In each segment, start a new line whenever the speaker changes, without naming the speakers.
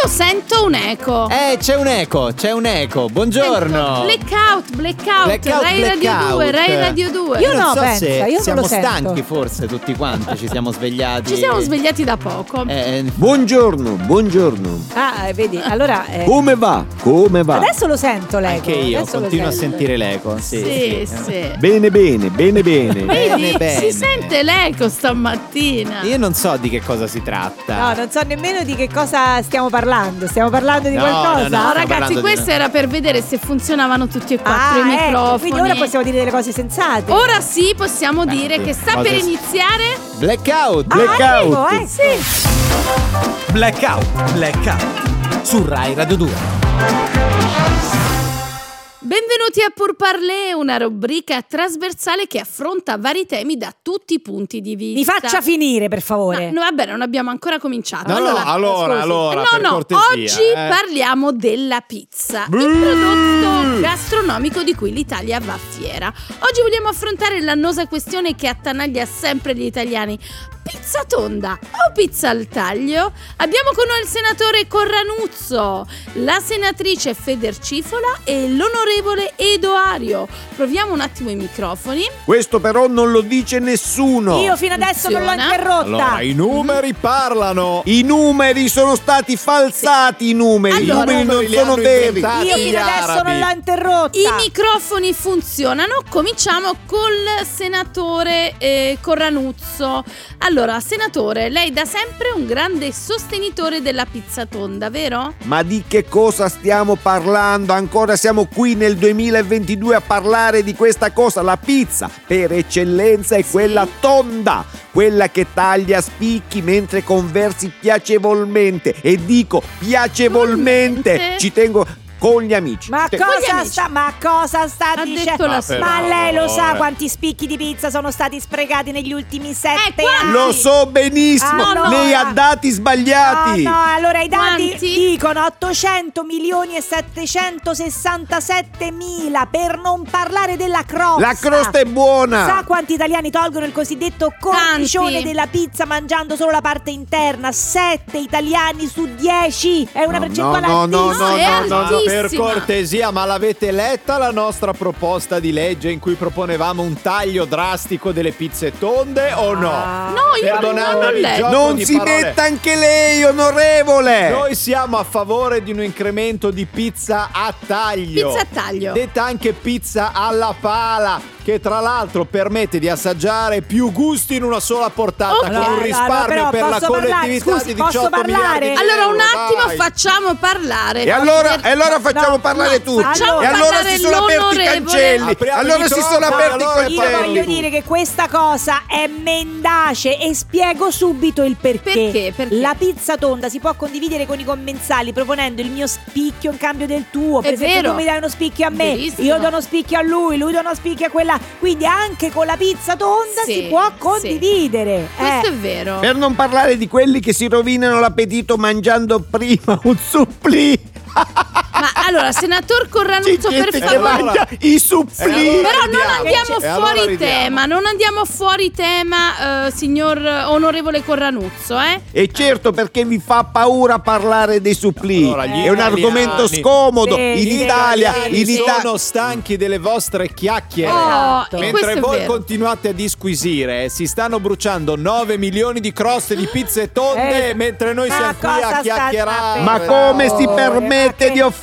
Io sento un eco.
Eh, c'è un eco, c'è un eco.
Eh,
Buongiorno.
Sento Blackout, blackout,
Blackout,
Rai
blackout.
Radio 2, Rai Radio 2.
Io
non
no,
so
pensa,
se
io non lo
siamo
sento.
stanchi forse tutti quanti, ci siamo svegliati.
Ci siamo svegliati da poco.
Eh,
Ecco,
Buongiorno, buongiorno.
Ah, eh, vedi, allora eh,
Come va? Come va?
adesso lo sento l'eco.
Uh, ah. anche io
adesso lo
continuo a
sento.
sentire l'eco. Sì,
sì, sì.
Bene, bene, bene, bene.
Bene,
Vedi,
bene.
si sente l'eco stamattina.
Io non so di che cosa si
No,
tratta.
non so nemmeno di che cosa stiamo parlando. Stiamo parlando di
No,
qualcosa?
no, no.
No,
stiamo parlando
ragazzi,
di-
questo era per vedere se funzionavano tutti e
Ah,
quattro i
ecco,
microfoni. Oh,
quindi ora possiamo dire delle cose sensate.
Ora sì, possiamo
Beh,
dire
sì,
che sta
cose-
per iniziare.
Blackout,
Ah,
Blackout.
arrivo, eh, sì.
Blackout, Blackout su Rai Radio 2.
Benvenuti a Pour Parler, una rubrica trasversale che affronta vari temi da tutti i punti di vista.
Mi faccia finire, per
Ma-
favore.
no, vabbè, non abbiamo ancora cominciato.
No, no,
allora,
allora,
scusi.
allora,
no,
per
no,
cortesia,
oggi
eh.
parliamo della pizza, il
Brrr.
prodotto gastronomico di cui l'Italia va fiera. Oggi vogliamo affrontare l'annosa questione che attanaglia sempre gli italiani. Pizza tonda o pizza al taglio? Abbiamo con noi il senatore Corranuzzo, la senatrice Federcifola e l'onorevole Edoario. Proviamo un attimo i microfoni.
Questo però non lo dice nessuno.
Io fino adesso non l'ho
Funziona.
interrotta.
Allora, i numeri parlano.
I numeri sono stati falsati, i numeri.
Allora-
I numeri non sono veri.
Io fino adesso non l'ho interrotta.
I microfoni funzionano, cominciamo col senatore eh, Corranuzzo. Allora, senatore, lei da sempre un grande sostenitore della pizza tonda, vero?
Ma di che cosa stiamo parlando? Ancora siamo qui nel 2022 a parlare di questa cosa. La pizza per eccellenza è quella tonda, quella che taglia a spicchi mentre conversi piacevolmente. E dico piacevolmente,
Piacevolmente?
ci tengo con gli amici.
Ma
Te-
gli
cosa,
Cioè, amici.
sta, ma cosa sta
Ha detto
dicendo?
Ah,
la
ma
signora.
lei lo sa
Allora.
quanti spicchi di pizza sono stati sprecati negli ultimi sette
quanti?
anni?
Lo so benissimo,
Ah, no,
lei
no.
ha dati sbagliati.
Oh, No, no, allora i dati
Quanti?
dicono 800 milioni e 767 mila per non parlare della crosta.
La crosta è buona.
Sa quanti italiani tolgono il cosiddetto cornicione
Tanti.
della pizza mangiando solo la parte interna? 7 italiani su 10. È una
No,
percentuale
no, no,
altissima.
no, no, no, no. Eh, Altissima.
Per cortesia, ma l'avete letta la nostra proposta di legge in cui proponevamo un taglio drastico delle pizze tonde o
Ah.
no?
No, io non l'ho
Perdonatemi,
letto.
Gio-
Non
di
si
parole.
metta anche lei, onorevole.
Noi siamo a favore di un incremento di pizza a taglio.
Pizza a taglio.
Detta anche pizza alla pala, che tra l'altro permette di assaggiare più gusti in una sola portata,
Ok.
con un
Allora,
risparmio
però
per la
posso parlare?
collettività
Scusi,
di
posso
18
parlare?
miliardi di
Allora un
euro,
attimo
vai.
facciamo parlare.
E
No,
allora,
per-
e allora facciamo
no,
parlare
no,
tutti.
facciamo
e allora
parlare
si sono aperti i
l'onorevole.
cancelli.
Apriamo i
allora si sono
microfoni,
aperti
allora
i
parli
Io voglio
cancelli.
tu.
dire che questa cosa è mendace e spiego subito il perché.
Perché? Perché?
La pizza tonda si può condividere con i commensali proponendo il mio spicchio in cambio del tuo. Per
È
esempio,
vero.
tu mi dai uno spicchio a me,
Verissimo.
io do uno spicchio a lui, lui do uno spicchio a quella. Quindi anche con la pizza tonda
Sì,
si può
sì.
condividere.
Questo
Eh.
è vero.
Per non parlare di quelli che si rovinano l'appetito mangiando prima un supplì.
Ma allora, senatore Corranuzzo,
C'è gente
per
che
favore,
mangia i
Eh, allora-
supplì.
Però non
ridiamo.
andiamo
Cioè, E allora
fuori
ridiamo.
tema, non andiamo fuori tema, eh, signor eh, onorevole Corranuzzo, eh?
E certo perché vi fa paura parlare dei supplì.
Allora, gli
È un
italiani-
argomento scomodo.
Sì,
in
gli
Italia,
italiani
in Italia.
sono stanchi delle vostre chiacchiere.
Oh,
Esatto.
e questo
Mentre
è
voi
vero.
continuate a disquisire, si stanno bruciando 9 milioni di croste di pizze tonde,
Eh,
mentre noi
ma
siamo qui
cosa Oh.
a
state
chiacchierare.
a
Ma
Per
come si
favore, ma
permette
che-
di offendere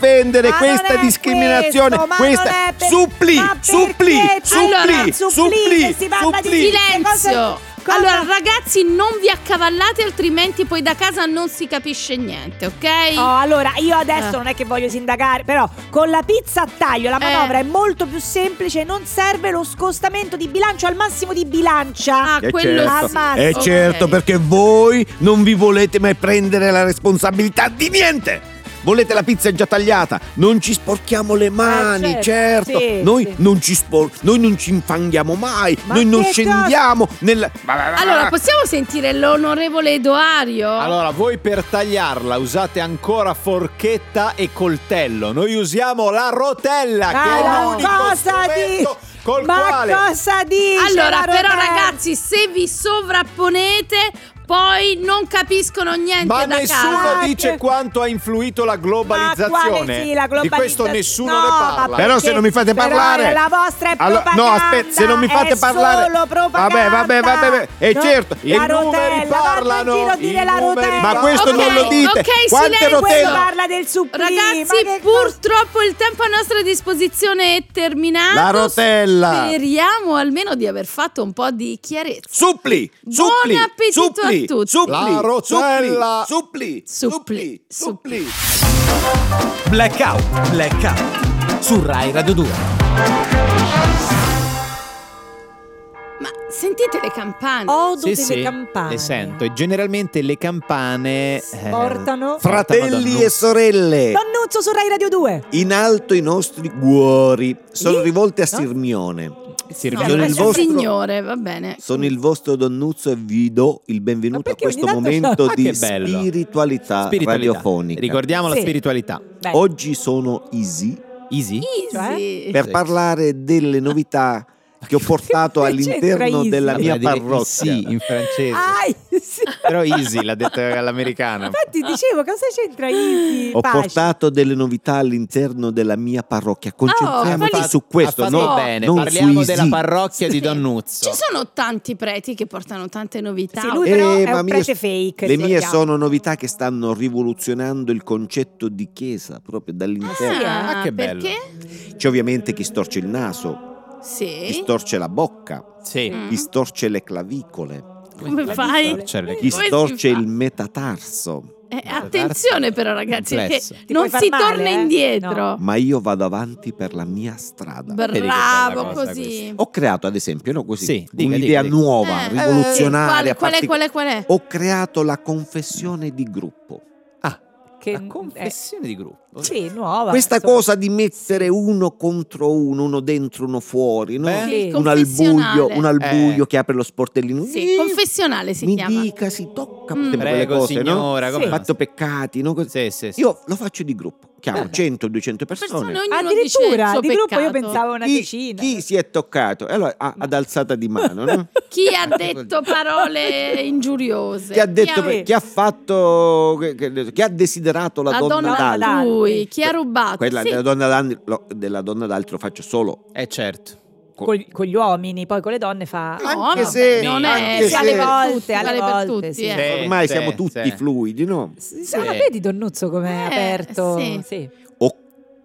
Ma
questa
non è
discriminazione?
questo, ma
questa
non è per-
supplì,
ma perché
supplì,
allora,
supplì,
che
supplì,
si parla di Che
supplì.
cosa-
Silenzio!
cosa-
Allora ragazzi non vi accavallate altrimenti poi da casa non si capisce niente, ok?
Oh, allora, io adesso
Eh.
non è che voglio sindacare, però con la pizza a taglio la manovra
Eh.
è molto più semplice, non serve lo scostamento di bilancio al massimo di bilancia.
Ah,
Eh,
quello
certo.
sì.
Ammazza.
Eh,
Ok.
certo, perché voi non vi volete mai prendere la responsabilità di niente. Volete la pizza già tagliata? Non ci sporchiamo le mani, certo.
Eh, certo, sì,
noi,
sì.
Non ci spor- noi non ci infanghiamo mai,
Ma
noi non
che
scendiamo nel...
Allora possiamo sentire l'onorevole Edoario?
Allora, voi per tagliarla usate ancora forchetta e coltello. Noi usiamo la rotella, che
Ma
è l'unico
cosa di-
strumento col
Ma
quale
cosa dici?
Allora, però
Rotella?
ragazzi, se vi sovrapponete, poi non capiscono niente
Ma
da
nessuno
casa.
Ah,
dice
che-
quanto ha influito la
Ma
globalizzazione.
quale sì, la
Di questo
globalizzazione?
nessuno
No,
ne
ma
parla.
perché?
Però se non mi fate
Però
parlare-
la vostra è
Allora-
propaganda.
no, aspetta, se non mi fate
è
parlare-
solo propaganda.
Vabbè, vabbè, vabbè, vabbè. Eh,
No,
certo,
la
i numeri
rotella,
parlano,
vanno in giro a dire
i
la
numeri
rotella.
Ma questo
Ok,
non lo dite.
ok,
Quante
silenzio.
rotelle?
Quello parla del supplì. ma
Ragazzi,
che cosa-
purtroppo il tempo a nostra disposizione è terminato.
La rotella.
Speriamo almeno di aver fatto un po' di chiarezza.
Suppli,
Buon
suppli,
appetito a
suppli,
tutti.
Suppli,
La rotella.
suppli, suppli,
Suppli, suppli.
suppli, suppli.
Blackout, blackout su Rai Radio 2.
Ma sentite le campane.
Odo
Sì,
delle
sì,
campane.
le sento. E generalmente le campane... eh,
Portano-
portano dal
Fratelli e
nulla.
sorelle,
D'Annunzio su Rai Radio 2.
in alto i nostri cuori sono
Lì?
rivolti a
No.
Sirmione.
Sì,
No,
Sono il
adesso
vostro-
signore, va bene.
Sono il vostro Donnuzzo e vi do il
Ma
benvenuto a
perché
questo
ogni tanto-
momento
Ah,
di
che bello.
spiritualità,
Spiritualità.
radiofonica.
Ricordiamo
Sì.
la spiritualità.
Beh,
Oggi sono Easy
Easy?
Cioè?
Easy.
per
Sì.
parlare delle novità che ho portato
Che Esatto. c'entra
all'interno
Easy?
della mia
Sembra di dire
parrocchia.
Sì, in francese.
ah, sì.
Però Easy l'ha detta all'americana.
Infatti dicevo, cosa c'entra Easy?
Ho
Pace. Oh,
portato delle novità all'interno della mia parrocchia. Concentriamoci
quelli-
su questo,
Ha
no,
fatto bene.
non
Parliamo
su
della
Easy.
parrocchia di
Ci
Donnuzzo.
sono tanti preti che portano tante novità.
Sì, lui- però è un
Eh, ma
prete fake,
Le mie
ricordiamo.
sono novità che stanno rivoluzionando il concetto di chiesa proprio dall'interno.
Ah,
Ah, che bello.
perché?
C'è ovviamente chi storce il naso, chi
Eh?
Sì.
storce la bocca,
Sì.
Mm.
chi storce le
Eh,
clavicole,
Come fai?
C'è le
Certo, chi
Come si
storce
fa?
il metatarso.
Eh, attenzione però ragazzi che
Complesso.
Ti
non
puoi far
si
male,
torna
eh?
indietro.
Ma io vado avanti per la mia strada.
che
Bravo
bella cosa
così.
Ho creato, ad esempio, no, così,
Sì, dica, dica,
un'idea
dica.
nuova,
Eh,
rivoluzionaria.
Qual, qual è,
particolare.
qual è, qual è?
Ho creato la confessione di gruppo.
Che-
La confessione di gruppo.
eh, sì, nuova.
Questa
insomma.
cosa di mettere uno contro uno, uno dentro, uno fuori, no?
Beh.
Sì, il
un al buio,
confessionale.
un al
Eh.
buio che apre lo sportellino.
Sì, confessionale si
Mi
chiama.
dica, si tocca
Mm.
sempre quelle
Prego,
cose, no?
signora.
Sì.
come no?
Fatto peccati, no? Cos-
Sì, sì, sì.
Io lo faccio di gruppo, chiamo 100-200 persone.
Persone, ognuno dice il
Addirittura,
suo
di gruppo
peccato.
io pensavo una
Chi,
decina.
chi si è toccato? E Allora, a- ad alzata di mano, no?
Chi ha detto parole ingiuriose?
Chi ha detto,
ha-
chi ha fatto, che- che- chi ha desiderato la,
La donna
d'altro?
d'altrui, chi ha rubato?
Quella
Sì.
della donna d'al- lo- della donna d'altro faccio solo
Eh certo.
Col- con gli uomini, poi con le donne fa...
No,
anche
ma
se-
non
anche
è
se-
vale per
Alle
tutti,
volte,
vale
alle
per
volte,
tutti,
sì.
eh.
Sì,
ormai
sì,
siamo tutti
sì.
fluidi, no?
Sì,
Sì.
ma ah, vedi Donnuzzo com'è
Eh,
aperto?
sì.
Ho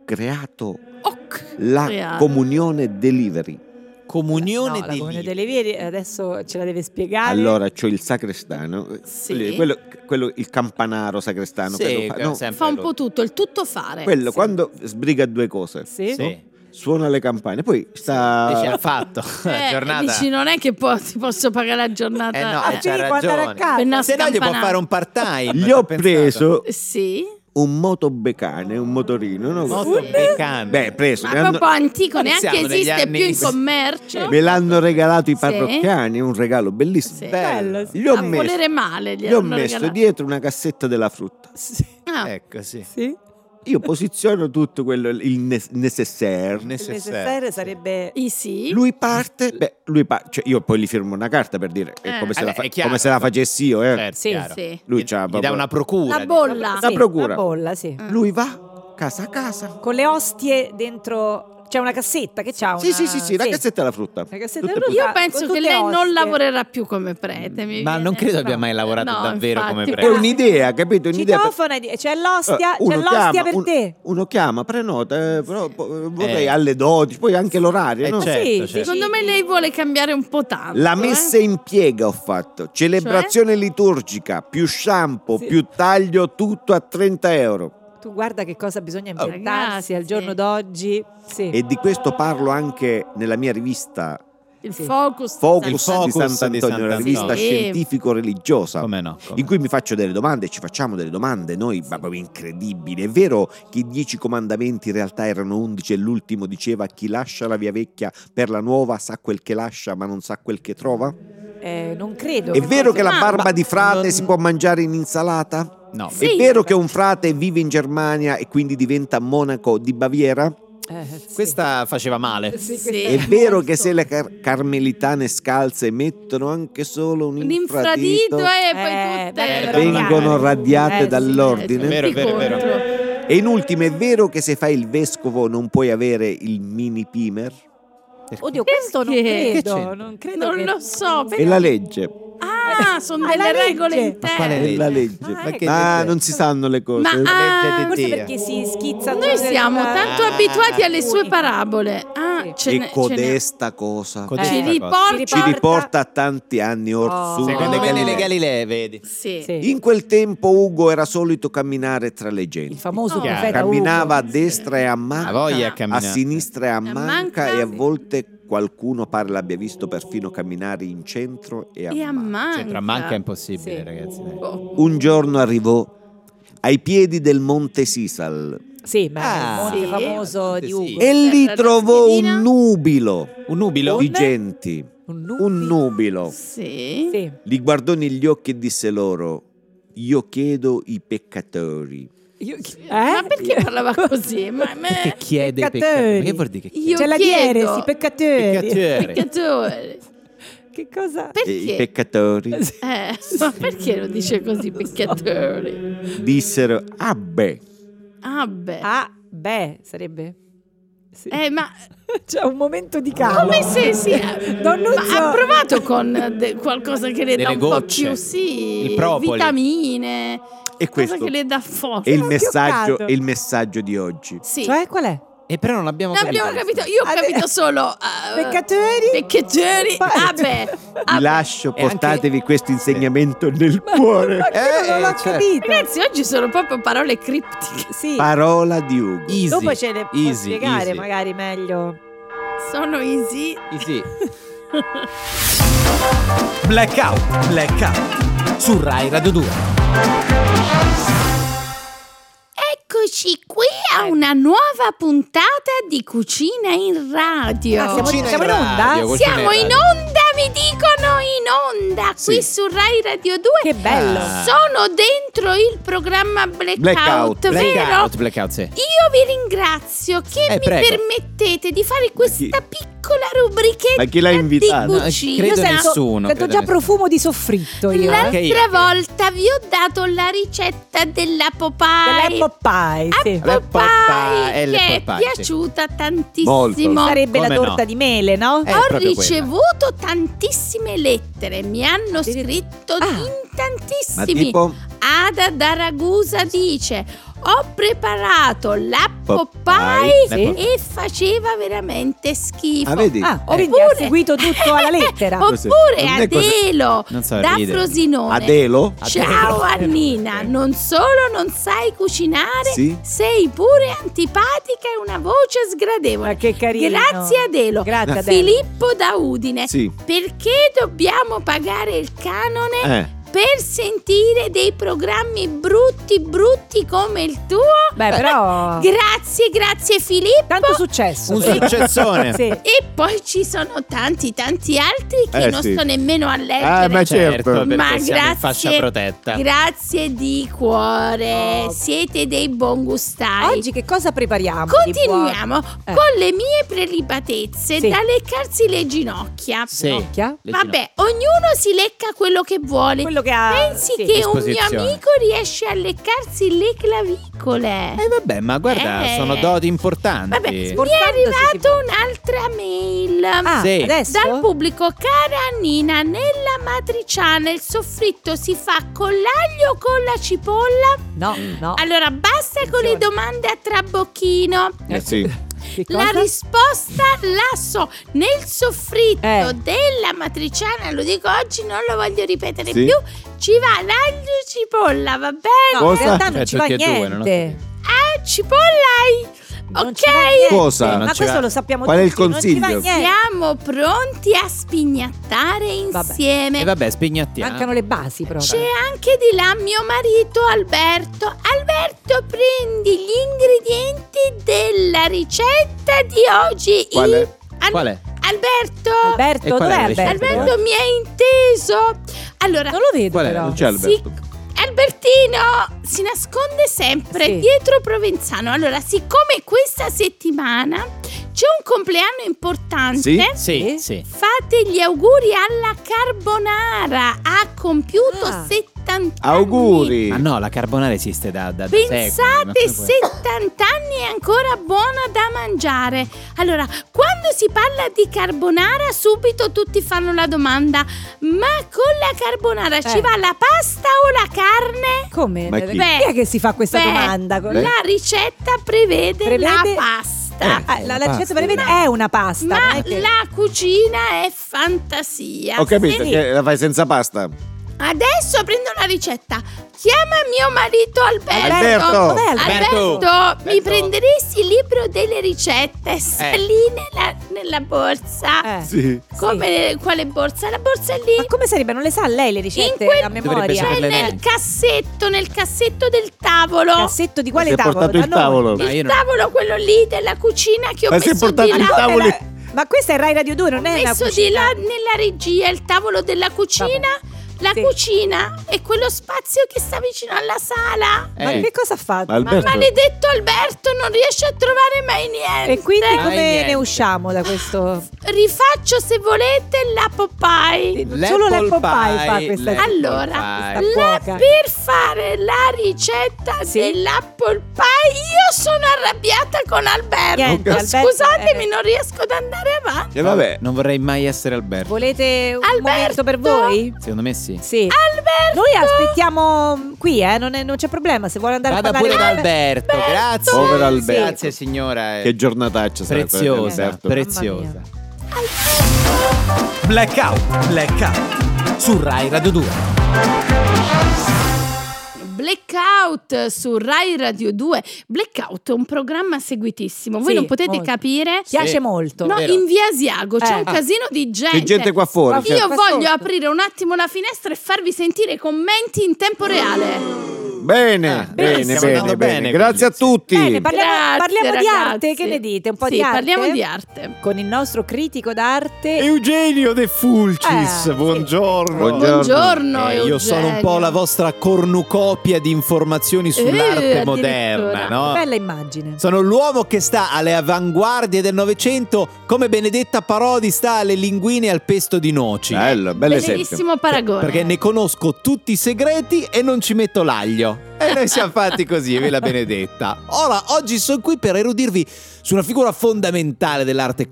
creato
Ok.
la
Creato.
comunione delivery.
Comunione
no, la
di
comunione
lì.
delle vie adesso ce la deve spiegare.
Allora c'ho il sacrestano,
Sì.
quello, quello- il campanaro sacrestano,
Sì,
quello, Ah, fa- no,
sempre
Fa un
lui.
po' tutto, il tutto fare.
quello quando sbriga due cose,
Sì.
Sì.
Eh. suona le campane, poi
Dice, "Ah,
sta
ha fatto la
Eh,
giornata.
Dici, non è che po- ti posso pagare la giornata.
Eh no,
Ah,
eh,
sì,
c'ha
può andare a
ragione.
casa.
Per una
Se no gli può
scampanata.
fare un part time.
gli ho preso
cioè,
Sì.
un motobecane, un motorino, no?
Moto beccante.
Beh, preso,
Ma
me l'hanno-
proprio antico,
Ma
neanche
siamo negli
esiste
anni-
più in commercio.
me l'hanno regalato i
Sì.
parrocchiani, è un regalo bellissimo.
Sì.
Bello, sì.
Gli ho
a
messo
volere male gli
Gli ho
hanno
messo
regalato.
dietro una cassetta della frutta.
Sì.
Ah,
Ecco, sì.
sì.
Io posiziono tutto quello, il ne- necessaire.
Necessaire
eh,
sarebbe...
i sì.
Lui parte, beh, lui par- cioè io poi gli firmo una carta per dire è
Eh.
come, se
Eh
la
beh,
fa-
è chiaro.
come se la facessi io. eh.
Certo,
Sì,
chiaro.
sì.
Lui
Gli-
c'ha
gli
proprio-
dà una procura.
La bolla.
La procura.
La bolla, sì.
Mm.
Lui va casa a casa.
Con le ostie dentro... C'è una cassetta che c'ha una...
Sì, sì, sì, sì, la cassetta e la frutta.
La cassetta
Tutte
della
e due.
frutta.
Io penso
con
che
tutte
lei non
ostie.
lavorerà più come prete. mi
Ma
viene-
non credo abbia
no.
mai lavorato
No,
davvero
infatti,
come
È
prete.
un'idea, capito? Un'idea per-
Citofona e di- c'è
Eh,
l'ostia, c'è
uno
l'ostia
chiama,
per
un- certo,
te.
Uno chiama, prenota, eh, però po- vorrei
Eh.
alle 12, poi anche l'orario.
Eh,
no?
certo.
sì,
certo.
dici-
Secondo me lei vuole cambiare un po' tanto.
La
eh.
messa in piega ho fatto, celebrazione liturgica, più shampoo,
Cioè? Sì.
più taglio, tutto a 30 euro.
Tu guarda che cosa bisogna inventarsi
Ragazzi.
al giorno d'oggi. Sì.
Oh. E di questo parlo anche nella mia rivista
Il
Sì.
focus.
Focus,
Focus
di
di
Sant'Antonio,
Sant'Antonio.
una rivista
Sì.
scientifico-religiosa.
Come no? come
Certo. In cui mi faccio delle domande, ci facciamo delle domande, noi, ma proprio incredibile. È vero che i dieci comandamenti in realtà erano undici e l'ultimo diceva chi lascia la via vecchia per la nuova sa quel che lascia ma non sa quel che trova?
Eh, non credo.
È vero che la
Ma-
barba di frate
non-
si può mangiare in insalata?
no.
Sì.
È vero che un frate vive in Germania e quindi diventa monaco di Baviera?
Eh,
Questa faceva male.
È
Sì.
vero che se le car- carmelitane scalze mettono anche solo un
Un
infradito,
infradito e poi
Eh,
tutte
beh,
vengono
Eh,
radiate
sì,
dall'ordine.
È
Vero, vero, vero.
E in ultimo, è vero che se fai il vescovo non puoi avere il mini pimer?
Oddio, questo non
Perché?
credo.
c'entra?
non credo
Non
che-
lo so.
È la legge.
Ah, sono
Ah,
delle
la legge.
regole
Ma
È
interne.
legge?
la legge.
Ah, ecco.
Ah, non si sanno le
Ma
cose.
ah,
Legge
Forse
Sì.
perché si schizza
noi siamo tanto abituati alle sue parabole. Ah, ce
e
ne, ce ne-
codesta cosa
Codesta
ci
cosa.
riporta.
ci riporta a tanti anni or
Oh.
su.
Secondo me
Ah.
nelle Galilee, vedi.
Sì.
Sì.
In quel tempo Ugo era solito camminare tra le
Il
genti.
famoso
Oh.
profeta
Camminava a
Ugo.
destra e a
Ha
manca,
voglia a
a
camminare.
sinistra e a manca,
manca,
e a
sì.
volte qualcuno pare l'abbia visto perfino camminare in centro e a,
E a
manca.
Cioè, tra
manca.
manca è impossibile,
Sì.
ragazzi.
Oh,
Un giorno arrivò ai piedi del monte Sisal
Sì, ma
Ah,
il monte
sì.
famoso di
Sì.
Ugo.
e lì
Terra
trovò
d'Aspidina.
un nubilo
Un nubilo?
di genti,
Un
un nubilo. Eh,
sì.
Sì.
Li guardò negli occhi e disse loro, io chiedo i peccatori.
Io- eh?
Ma perché parlava così? Ma me...
Che chiede
Peccatori.
peccatori. Ma che vuol dire che
Io
C'è la
chiedo,
diere, si peccatori.
Peccatori.
peccatore,
Che cosa?
E I
Perché?
peccatori
Eh, ma perché lo dice così peccatore?
dissero, ah beh,
Ah beh.
Ah, beh, sarebbe. Sì.
Eh, ma
C'è un momento di calma.
come se si
Ah. Don Nuzzo-
Ma ha provato con de- qualcosa che le dà
Delle
un po'
gocce.
più sì,
Il propoli.
vitamine,
e
cosa
questo
che le dà
è
forza.
il,
Sono
messaggio,
fioccato.
è il messaggio di oggi.
Sì.
Cioè, qual è?
E però non abbiamo
Non abbiamo capito, io ho
Ade-
capito solo eh,
Peccatori?
Peccatori.
Poi-
Ah beh.
Vi lascio,
E anche-
portatevi questo insegnamento nel
Ma
cuore.
io non
eh,
l'ho
certo.
capito.
Ragazzi, oggi sono proprio parole criptiche.
Sì.
Parola di Ugo.
Ah, Easy,
Dopo ce le può
easy,
spiegare
easy,
magari meglio.
Sono easy.
easy.
Blackout, blackout su Rai Radio 2.
Eccoci qui a
Ecco.
una nuova puntata di Cucina in Radio.
Ah, siamo,
Cucina in
siamo in
radio,
onda?
questo
Siamo
era-
in onda, mi dicono in onda, qui su Rai Radio 2.
Che bello.
Ah.
Sono dentro il programma Blackout,
Blackout,
vero?
Blackout, blackout, sì.
Io vi ringrazio che
Eh,
mi
prego.
permettete di fare questa piccola rubrichetta
Ma chi l'ha invitata?
di
No,
cucina.
credo
io sento,
nessuno,
sento
credo
già
nessuno.
profumo di soffritto io.
L'altra
eh.
Anche io, anche io.
volta vi ho dato la ricetta della Popeye.
Dell'apple pie, sì.
Apple
Apple pie,
pie,
eh,
che è
l'apple pie, sì.
piaciuta
Molto.
tantissimo.
Sarebbe la
Come no?
torta di mele, no?
Eh,
Ho
proprio
ricevuto tantissime lettere, mi hanno
Dire-
scritto
Ah.
in
Ma
tantissimi.
tipo,
Ada da Ragusa dice: Ho preparato l'apple pie
Popeye,
sì.
e faceva veramente schifo.
ah, vedi?
Ah,
Eh,
quindi ha seguito tutto alla lettera.
Oh, Oppure
Non è cosa-
Adelo
Non so
da
ridere.
Frosinone.
Adelo?
Ciao Annina, non solo non sai cucinare,
Eh. Sì.
sei pure antipatica e una voce
Ma
sgradevole.
che carino.
Grazie Adelo.
Grazie Adele.
Filippo da Udine,
Sì.
perché dobbiamo pagare il canone
Eh.
per sentire dei programmi brutti brutti come il tuo?
Beh, però
Grazie, grazie Filippo.
tanto successo.
Un
Sì.
successone.
Sì.
e poi ci sono tanti tanti altri che
Eh,
non
sì.
sto nemmeno a leggere.
Ah, ma certo.
perché
Ma
siamo in
grazie.
fascia protetta.
Grazie di cuore,
Oh.
siete dei buon gustai.
Oggi che cosa prepariamo? di buono?
Continuiamo
Eh.
con le mie prelibatezze
Sì.
da leccarsi le ginocchia.
Sì.
Ginocchia?
Le ginocchia.
Vabbè, ognuno si lecca quello che vuole.
Quello che ha
Pensi
Ah, sì.
che un mio
Disposizione.
amico riesce a leccarsi le clavicole?
Eh vabbè, ma guarda,
Eh.
sono doti importanti. Eh,
Vabbè, mi è
Sforzandosi si
arrivata
può.
un'altra mail.
Ah,
Sì.
adesso?
Dal pubblico, cara Nina, nella matriciana il soffritto si fa con l'aglio o con la cipolla?
No, no.
Allora basta con le domande a trabocchino.
Eh, sì.
Che
La
cosa?
risposta la so nel soffritto
Eh.
della matriciana, lo dico oggi, non lo voglio ripetere
Sì.
più. Ci va l'aglio e cipolla, va bene?
No, in
Cosa?
realtà non
Cioè,
ci va
tutti e due, non ho
niente.
Ah, cipolla!
Non ci va
Ok,
niente.
Cosa? Non
Ma
ci
questo
va.
lo sappiamo
Qual è il
tutti, non ci va
consiglio?
niente.
siamo pronti a spignattare
E
Eh,
insieme.
Eh, vabbè, spignattino.
Mancano le basi proprio.
C'è anche di là mio marito Alberto. Alberto, prendi gli ingredienti della ricetta di oggi.
Qual è?
Al-
Qual è?
Alberto,
E
Alberto,
qual
dov'è
è la ricetta?
Alberto?
Alberto mi hai inteso? Allora,
Non lo vedo
Qual è?
però.
Non c'è Alberto.
Alberto, Albertino si nasconde sempre
Sì.
dietro Provenzano. Allora, siccome questa settimana c'è un compleanno importante,
Sì?
Sì,
Eh?
sì.
fate gli auguri alla Carbonara. Ha compiuto
Ah.
70 anni.
Auguri.
Ma no, la carbonara esiste da, da, da
Pensate,
secoli, ma
70 anni è ancora buona da mangiare. Allora, quando si parla di carbonara, subito tutti fanno la domanda: ma con la carbonara ci
Eh.
va la pasta o la carne?
Come?
Ma chi?
Chi è che si fa questa
beh,
domanda? Con-
eh,
Beh.
La ricetta prevede, la
Prevede-
pasta.
Ah, la, la
pasta.
ricetta prevede è una pasta. non
Ma
è che-
la cucina è fantasia.
Ho capito
Sì.
che la fai senza pasta.
Adesso prendo una ricetta. Chiama mio marito Alberto.
Alberto!
Dov'è Alberto?
Alberto, mi
Alberto.
prenderesti il libro delle ricette? Sta
Eh.
lì nella, nella borsa.
Eh,
Sì.
Come, Quale borsa? La borsa è lì.
Ma come sarebbe? Non le sa lei le
in
ricette
quel
a memoria?
Dovrebbe
cioè
saperle
nel
lei.
cassetto, nel cassetto del tavolo.
Cassetto di quale
si è
tavolo?
portato il
Da noi?
tavolo.
Ma io
Il
non-
tavolo, quello lì della cucina che ho
Ma si è
messo
portato
di
il
là.
tavolo. Tavoli.
Eh, Ma questa è Rai Radio 2, non
ho
è una
messo di
cucina.
là nella regia il tavolo della cucina, la
Sì.
cucina e quello spazio che sta vicino alla sala.
que-
Ma
eh,
che cosa ha fatto?
Ma Alberto-
Maledetto Alberto, non riesce a trovare mai niente.
E quindi
Ah,
come
niente.
ne usciamo da questo?
rifaccio se volete la Popeye.
Solo
l'apple
l'apple pie fa
pie,
questa-
l'apple
Allora,
pie.
la-
Cuoca.
per fare la ricetta
Sì.
dell'apple pie, io sono arrabbiata con Alberto.
Niente, Alberto,
Scusatemi,
eh.
non riesco ad andare avanti.
E vabbè.
Non vorrei mai essere Alberto.
Volete un
Alberto?
momento per voi?
Secondo me sì.
Sì.
Alberto!
Noi aspettiamo qui, eh, non, è- non c'è problema. Se vuole andare
Vada
a parlare
pure da
con Alberto-
Alberto.
Grazie.
Povero Alberto.
Grazie signora. eh.
Che giornataccia certo. sarà quella di
preziosa,
Alberto.
preziosa.
Blackout, blackout su Rai Radio 2.
Blackout su Rai Radio 2. Blackout è un programma seguitissimo. Voi
Sì,
non potete
molto.
capire.
Piace
Sì.
molto.
No,
vero.
in via Asiago c'è
Eh.
un casino di gente.
C'è gente qua fuori.
Qua
Io
cioè,
Qua
voglio
sotto.
aprire un attimo la finestra e farvi sentire i commenti in tempo reale.
Bene,
Ah,
bene,
stiamo
bene,
andando
bene,
bene,
Grazie a
quindi, sì.
tutti.
Bene, parliamo,
Grazie,
parliamo di
ragazzi.
arte, che ne dite? Un po'
Sì,
di arte.
parliamo di arte.
Con il nostro critico d'arte.
Eugenio De Fulcis,
Eh,
buongiorno.
Buongiorno.
Buongiorno,
Eh, io sono un po' la vostra cornucopia di informazioni sull'arte
addirittura.
moderna, no?
Eh, Bella immagine.
Sono l'uomo che sta alle avanguardie del Novecento, come Benedetta Parodi sta alle linguine e al pesto di noci.
Bello, bello esempio.
Bellissimo paragone.
Cioè, Perché ne conosco tutti i segreti e non ci metto l'aglio. E noi siamo fatti così, ve la benedetta. Ora, oggi sono qui per erudirvi su una figura fondamentale dell'arte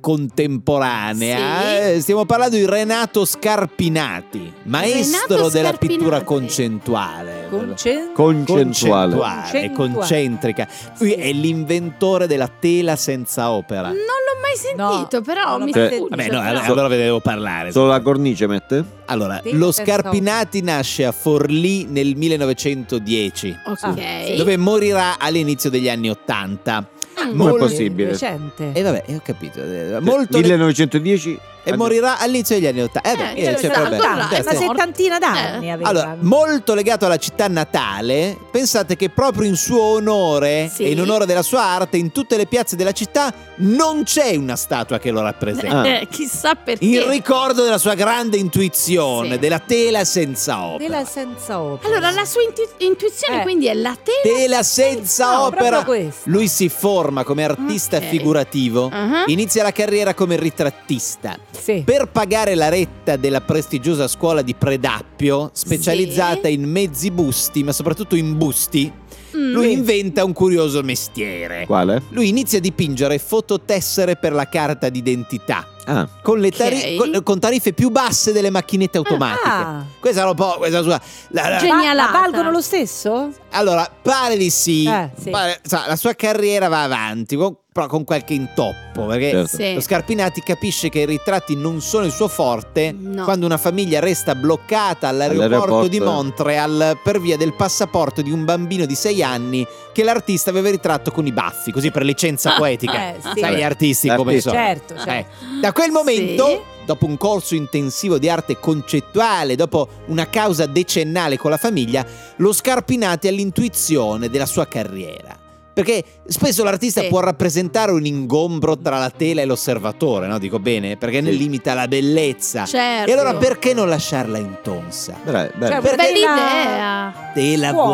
contemporanea.
Sì.
Eh, Stiamo parlando di Renato Scarpinati, maestro
Renato
della
Scarpinati.
pittura concentuale.
Concen-
Concentuale.
Concentuale,
Concentuale.
concentrica. Lui
Sì.
è l'inventore della tela senza opera.
Non l'ho mai sentito,
No,
però
non
mi
l'ho mai
sfugge.
Vabbè, no,
però.
allora, allora ve ne devo parlare.
Solo la cornice mette?
Allora,
Sì,
lo
senza
Scarpinati nasce a Forlì nel 1910,
Ok.
Ah, sì.
dove morirà all'inizio degli anni 80.
Com'è
Mm.
Mol-
possibile?
Recente.
E vabbè, eh, ho capito. eh, Molto
1910.
E morirà all'inizio degli anni 80. Eh,
Eh,
beh,
io
eh,
lo
c'è
so,
problema.
ancora-
Eh,
È
è
una
sì.
morto.
settantina d'anni
Eh.
aveva.
Allora, molto legato alla città natale, pensate che proprio in suo onore
Sì.
e in onore della sua arte, in tutte le piazze della città non c'è una statua che lo rappresenta.
Ah.
Eh, chissà perché.
In ricordo della sua grande intuizione,
Sì.
della tela senza opera.
Tela senza opera.
Allora, la sua intu- intuizione
Eh.
quindi è la tela.
Tela senza
No,
opera.
proprio questo.
Lui si forma come artista
Ok.
figurativo,
Ah.
inizia la carriera come ritrattista.
Sì.
Per pagare la retta della prestigiosa scuola di Predappio, specializzata in mezzi busti, ma soprattutto in busti,
Mm.
lui inventa un curioso mestiere.
Quale?
Lui inizia a dipingere fototessere per la carta d'identità,
Ah,
con, le tari-
Ok.
con- con tariffe più basse delle macchinette automatiche.
Ah.
Questa è un po' questa sua... la- la-
Cioè- Genialata.
Ma valgono lo stesso?
allora, pare di sì.
Eh, sì.
Pare- sa, la sua carriera va avanti, con- però con qualche intoppo, perché
Certo.
Sì.
lo Scarpinati capisce che i ritratti non sono il suo forte
No.
quando una famiglia resta bloccata all'aeroporto,
All'aeroporto. eh.
di Montreal per via del passaporto di un bambino di 6 anni che l'artista aveva ritratto con i baffi, così per licenza poetica.
Eh, sì.
Sai gli artisti come
L'artista.
sono.
Certo, certo.
Eh, Da quel momento, dopo un corso intensivo di arte concettuale, dopo una causa decennale con la famiglia, lo Scarpinati all'intuizione della sua carriera. Perché spesso l'artista
Sì.
può rappresentare un ingombro tra la tela e l'osservatore, no? Dico bene, perché ne limita la bellezza.
Certo.
E allora perché non lasciarla intonsa?
Beh, beh,
Cioè,
Perché-
Bella
la-
idea.
Tela
Vuota,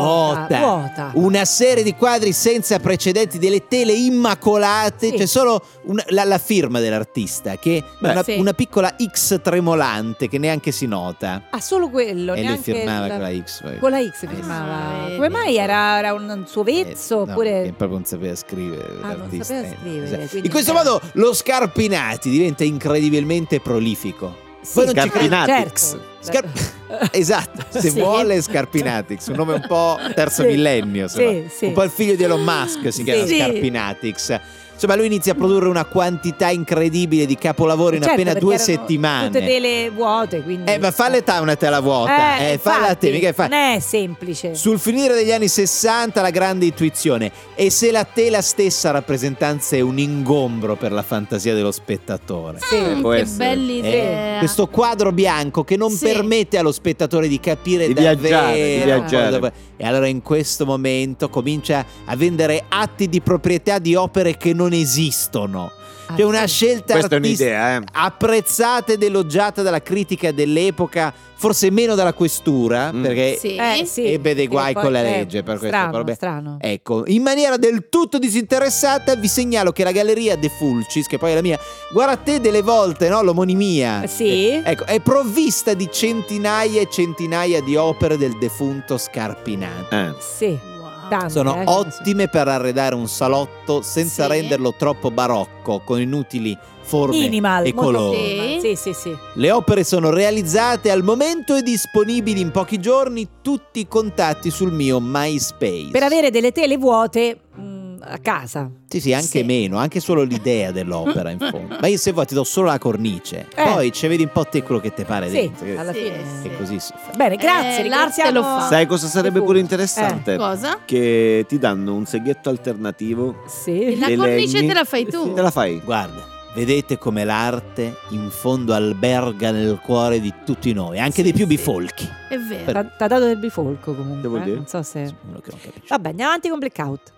vuota. Uh.
vuota.
Una serie di quadri senza precedenti, delle tele immacolate,
Sì.
c'è solo un- la, la firma dell'artista, che è
Beh.
una,
Sì.
una piccola X tremolante che neanche si nota.
Ah, solo quello.
e le
neanche
firmava
il-
con la X. poi.
Con la X
Eh,
firmava.
sì.
Come mai era, era un suo vezzo?
Eh, no,
oppure...
perché proprio non sapeva scrivere.
Ah, non
l'artista,
sapeva
eh,
scrivere,
esatto.
quindi
In questo
era-
modo lo Scarpinati diventa incredibilmente prolifico.
Sì,
Poi non ci credi.
Scarpinatix.
certo.
Scar- esatto, se
Sì.
vuole Scarpinatix, un nome un po' terzo
Sì.
millennio, insomma.
Sì, sì.
un po' il figlio di Elon Musk si chiama
Sì.
Scarpinatix. Insomma, lui inizia a produrre una quantità incredibile di capolavori in
Certo,
appena
perché
due
erano
settimane.
Tutte tele vuote, quindi...
Eh, ma fa l'età una tela vuota, eh, fa la
infatti,
te, mica è fa-
Non è semplice.
Sul finire degli anni 60 la grande intuizione e se la tela stessa rappresentanza è un ingombro per la fantasia dello spettatore.
Sì.
Mm,
può
che
essere.
bella
Eh,
idea.
questo quadro bianco che non
Sì.
permette allo spettatore di capire
Di
davvero
viaggiare, di viaggiare.
cosa- E allora in questo momento comincia a vendere atti di proprietà di opere che non esistono.
Ah,
C'è una scelta
Questa è
artistica
un'idea, eh.
apprezzata ed elogiata dalla critica dell'epoca, forse meno dalla questura,
Mm.
perché
Sì.
Eh, sì.
ebbe dei guai
E poi-
con la
eh,
legge per questa
strano,
roba.
strano.
Ecco, in maniera del tutto disinteressata vi segnalo che la galleria De Fulcis, che poi è la mia, guarda te delle volte, no? L'omonimia.
Sì.
Eh, ecco, è provvista di centinaia e centinaia di opere del defunto Scarpinati.
Eh.
Sì.
Wow.
Tante,
Sono
eh.
ottime per arredare un salotto senza
Sì.
renderlo troppo barocco, con inutili forme
Minimal,
e
molto
colori.
sì.
minimal. Sì, sì, sì.
Le opere sono realizzate al momento e disponibili in pochi giorni tutti i contatti sul mio MySpace.
Per avere delle tele vuote mh, a casa.
Sì, sì, anche
Sì.
meno, anche solo l'idea dell'opera, in fondo. Ma io se vuoi ti do solo la cornice,
Eh.
poi ci vedi un po' te quello che ti pare
Sì,
dentro. che-
alla
Sì,
fine.
sì.
E così si fa.
Bene, grazie.
Eh, l'arte lo
ringraziamo-
fa.
Sai cosa sarebbe pure
Eh.
interessante?
Cosa?
Che ti danno un seghetto alternativo.
Sì.
La
dei
cornice
legni.
te la fai tu.
Sì, Te la fai.
Guarda, vedete come l'arte in fondo alberga nel cuore di tutti noi, anche
Sì,
dei più
sì. Eh.
bifolchi.
È vero.
T'ha t'ha dato del bifolco comunque.
Che vuol
eh,
dire?
Non so se...
Uno che non capisce.
Vabbè, andiamo avanti con Blackout.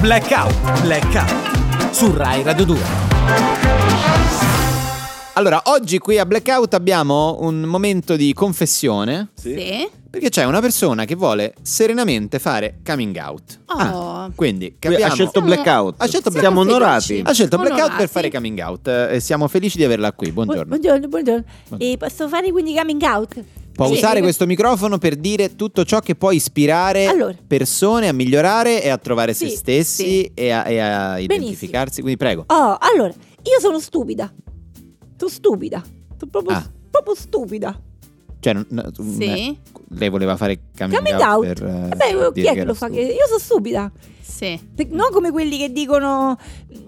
Blackout, blackout su Rai Radio 2.
Allora, oggi qui a Blackout abbiamo un momento di confessione.
Sì.
Perché c'è una persona che vuole serenamente fare coming out.
Oh.
Ah. Quindi
Lui
capiamo.
Ha scelto
Siamo-
blackout.
Ha scelto
Siamo
Blackout.
onorati.
Ha scelto blackout
Onorati.
per fare coming out eh, e siamo felici di averla qui. Buongiorno.
Buongiorno, buongiorno.
Buongiorno.
E posso fare quindi coming out?
Può
Sì.
usare questo microfono per dire tutto ciò che può ispirare
Allora.
persone a migliorare e a trovare
Sì,
se stessi
sì.
e a, e a
Benissimo.
identificarsi. Quindi prego.
Oh, allora, io sono stupida. Sono stupida. Sono proprio,
Ah.
proprio stupida.
Cioè, n- n-
Sì.
lei voleva fare coming,
Coming out.
per eh,
Vabbè, chi
dire
è che
era
lo fa?
stupido.
Che- Io sono stupida.
Sì.
Se- Non come quelli che dicono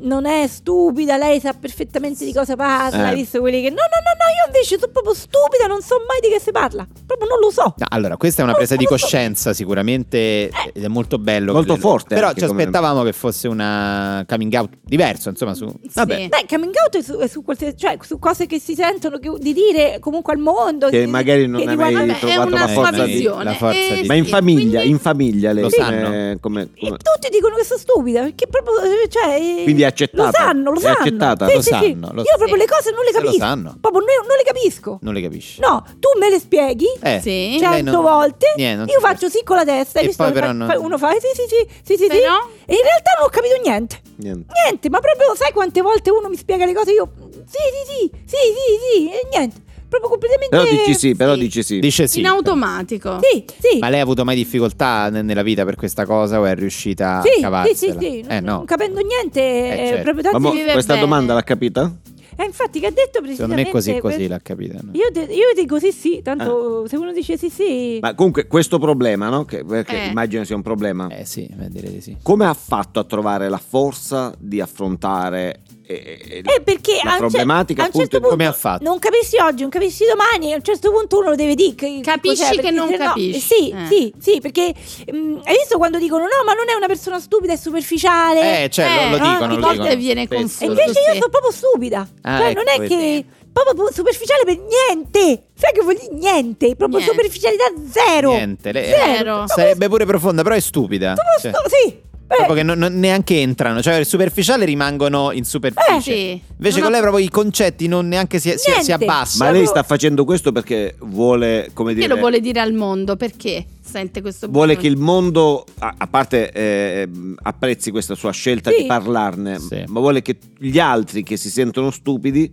non è stupida, lei sa perfettamente di cosa parla,
Eh.
visto quelli che no, no, no, no, io invece sono proprio stupida, non so mai di che si parla, proprio non lo so.
No, allora, questa è una
Non
presa di
lo so.
coscienza sicuramente ed è molto bello.
Molto
che-
forte
Però
anche
ci
come-
aspettavamo che fosse una coming out diverso, insomma, su...
Sì.
Beh, coming out è su, è su qualsiasi- cioè, su cose che si sentono che- di dire comunque al mondo.
Che
di-
magari non
che
avevi
riguardano-
Hai
Vabbè, è
trovato
una
la
sua
forza di-
visione.
la forza
Eh,
di-
sì.
Ma in famiglia,
Quindi-
in famiglia lei.
Lo
come-
sanno.
come-
E
come-
tutti dicono che sono stupida, perché proprio, eh, cioè...
Quindi è accettata.
Lo sanno, lo
È
sanno.
accettata.
Sì,
Lo
sì, sì.
sanno, lo-
Io proprio le cose non le
Se lo
capisco.
sanno.
Proprio non, non le capisco.
Non le capisci.
No, tu me le spieghi.
Eh, lei
Sì.
cento
non-
volte
Niente, non
io
si
faccio sì con la testa hai
E
visto?
poi però
Fa-
no.
fa- uno fa "Eh, sì sì sì sì sì, sì.
Però?
e in realtà non ho capito niente
Niente.
niente ma proprio sai quante volte uno mi spiega le cose io sì sì sì sì sì sì e niente proprio completamente
Però dici sì, però
Sì.
dici sì.
Dice sì.
In automatico.
sì sì
Ma lei ha avuto mai difficoltà ne- nella vita per questa cosa o è riuscita a
sì, sì,
cavarsela?
sì, sì,
Eh
non-
no.
non capendo niente, eh,
certo.
proprio
Ma
tanti...
mo-
vive
questa
bene.
domanda l'ha capita?
Eh, infatti che ha detto
Secondo
precisamente...
me così così
que-
l'ha capita. no?
Io, de- io dico sì sì,
Ah.
tanto se uno dice sì sì...
Ma comunque questo problema, no? Che, perché
Eh.
immagino sia un problema.
Eh sì, beh, direi di sì.
Come ha fatto a trovare la forza di affrontare eh, eh,
Eh, perché
la
a un cer-
problematica
a un
appunto
certo punto-
Come ha fatto?
Non capisci oggi, non capisci domani, a un certo punto uno lo deve dire. che-
Capisci
cos'è,
che
perché
non
se no-
capisci.
Sì,
Eh.
sì, sì, perché mm, hai visto quando dicono no, ma non è una persona stupida, è superficiale.
Eh, cioè, lo- lo
no,
dicono, lo
di volte
dicono.
viene
Spesso
e
confuso.
lo
invece io
sì.
sono proprio stupida.
Ah,
cioè,
ecco,
non è
vedi.
che proprio pu- superficiale per niente. Sai che vuol dire niente? Proprio
Niente.
superficialità zero.
Niente, lei-
Zero.
sarebbe pure profonda, però è stupida. Cioè,
Proprio sto- sì. Eh, Beh,
proprio che non- non- neanche entrano, cioè il superficiale rimangono in superficie.
Eh,
sì.
Invece
Non
con
ho-
lei proprio i concetti non neanche si, si, si
Niente.
abbassano.
Ma lei sta facendo questo perché vuole, come
Perché
dire,
lo vuole dire al mondo? Perché sente questo
vuole
bisogno?
che il mondo, a, a parte eh, apprezzi questa sua scelta
Sì.
di parlarne,
Sì.
ma vuole che gli altri che si sentono stupidi,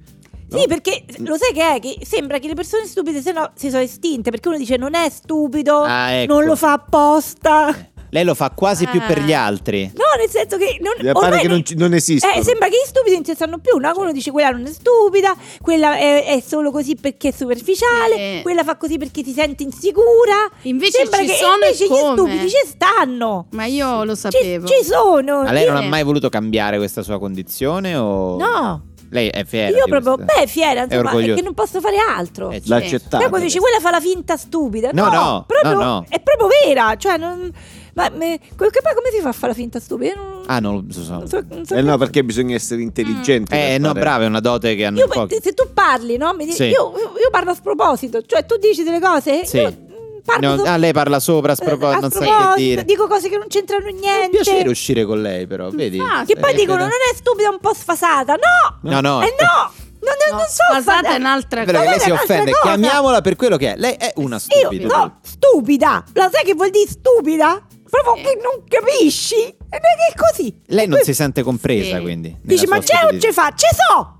Sì, perché lo sai che è? Che sembra che le persone stupide se no si sono estinte. Perché uno dice non è stupido,
Ah, ecco. Eh.
non lo fa apposta.
Lei lo fa quasi più per
Eh.
Ah.
gli altri.
No, nel senso che non,
Eh,
Mi pare
ormai
che non ci- non esistono.
Eh, sembra che gli stupidi non ci stanno più, no? Uno dice quella non è stupida, quella è, è solo così perché è superficiale,
Eh.
quella fa così perché si sente insicura.
Invece
sembra
ci
che
sono e
invece gli
come.
stupidi ci stanno.
Ma io lo
Ci,
sapevo.
ci sono.
Ma lei non
Sì.
ha mai voluto cambiare questa sua condizione? O...
No.
Lei è fiera.
Io
di
proprio,
questa?
beh, fiera, insomma,
orgogliosa.
perché non posso fare altro.
Eh,
l'ha
Sì.
accettato.
Però quando dici quella fa la finta stupida,
No,
no,
no,
proprio-
no, no.
è proprio vera. Cioè, non, ma me- que- che poi come si fa a fare la finta stupida? Io Non,
Ah, non lo so.
non so- non so
Eh
che-
no, perché bisogna
Mm.
essere intelligenti.
Eh,
per
no,
fare-
bravo, è una dote che hanno
Io,
pochi.
se tu parli, no? Mi dici-
Sì.
io, io parlo a sproposito, cioè tu dici delle cose.
Sì.
Io mm, parlo
No,
so-
ah, lei parla sopra, a sproposito,
Eh, a
non sa che
sproposito,
dire.
Dico cose che non c'entrano
È un
niente.
piacere uscire con lei, però, vedi?
Infatti.
Ah, Che poi
Eh,
dicono:
vedo-
non è stupida, è un po' sfasata. No!
No, no.
Eh no! Non, non-
No,
non so
sfasata
fare-
è un'altra
Però
cosa.
che lei
Ma
si
guarda, un'altra
offende,
cosa.
chiamiamola per quello che è. Lei è una
Io
stupida.
no, stupida! La sai che vuol dire stupida? Proprio
Eh.
che non capisci! E non è che è così!
Lei non
E
si
poi
sente compresa,
Sì.
quindi.
Dici,
nella
ma
sua
c'è o
stupidità.
ce fa? Ce so!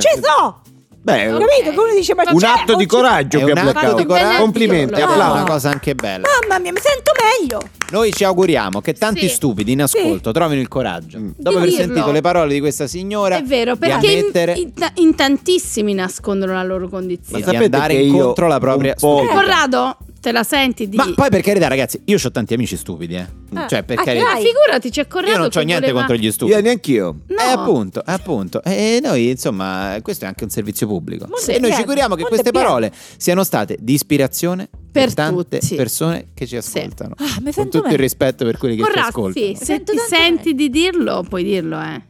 Ce Cioè, so!
Beh,
Ok.
Capito? Che uno dice, ma
un
c'è
atto
o
di
ce-
coraggio
È
che
un
ha
atto
blaccato.
di coraggio.
Complimenti,
Lo
È
applauso.
una
applauso.
cosa anche bella.
Mamma mia, mi sento meglio!
Noi ci auguriamo che tanti
Sì.
stupidi in ascolto trovino il coraggio.
Mm.
Dopo aver
dirlo.
sentito le parole di questa signora,
È vero,
di
perché in,
ammettere
in ta- in tantissimi nascondono la loro
Ma
condizione.
di
sapete
andare
che io
incontro alla
un
propria
po'
Eh,
stupidità.
Corrado, te la senti di...
Ma poi per carità, ragazzi, io ho tanti amici stupidi, eh.
Ah,
Cioè, per
ah,
carità.
Ma
dai.
figurati, c'è Corrado
Io non ho
che
niente
voleva-
contro gli stupidi.
Io neanch'io.
No.
Eh, appunto, appunto. E noi, insomma, questo è anche un servizio pubblico.
Monte
e noi
pieno,
ci auguriamo che
monte
queste
pieno.
parole siano state di ispirazione per,
Per
tante
tutti.
persone che ci
Sì.
ascoltano.
Ah, mi
Con
sento
tutto
meglio.
il rispetto per quelli che ci
Corrado,
ascoltano.
sì, se
Sento
ti
tanto
senti di dirlo, puoi dirlo, eh.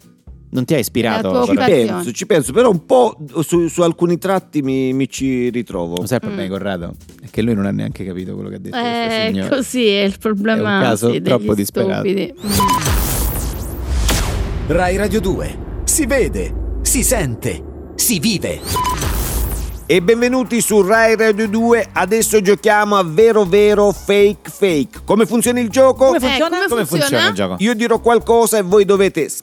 Non ti ha ispirato?
La tua
Corrado?
Ci
Occupazione.
penso, ci penso, però un po' su, su alcuni tratti mi, mi ci ritrovo.
Lo sai il problema di Corrado? È che lui non ha neanche capito quello che ha detto questa
Mm. Eh,
signora.
così è il problema.
È un caso
sì, degli
troppo disperato.
stupidi.
Rai Radio 2. Si vede, si sente, si vive.
E benvenuti su Rai Radio 2. Adesso giochiamo a vero vero fake fake. Come funziona il gioco?
Come
Eh,
Eh,
funziona?
Come funziona il gioco?
Io dirò qualcosa e voi dovete s-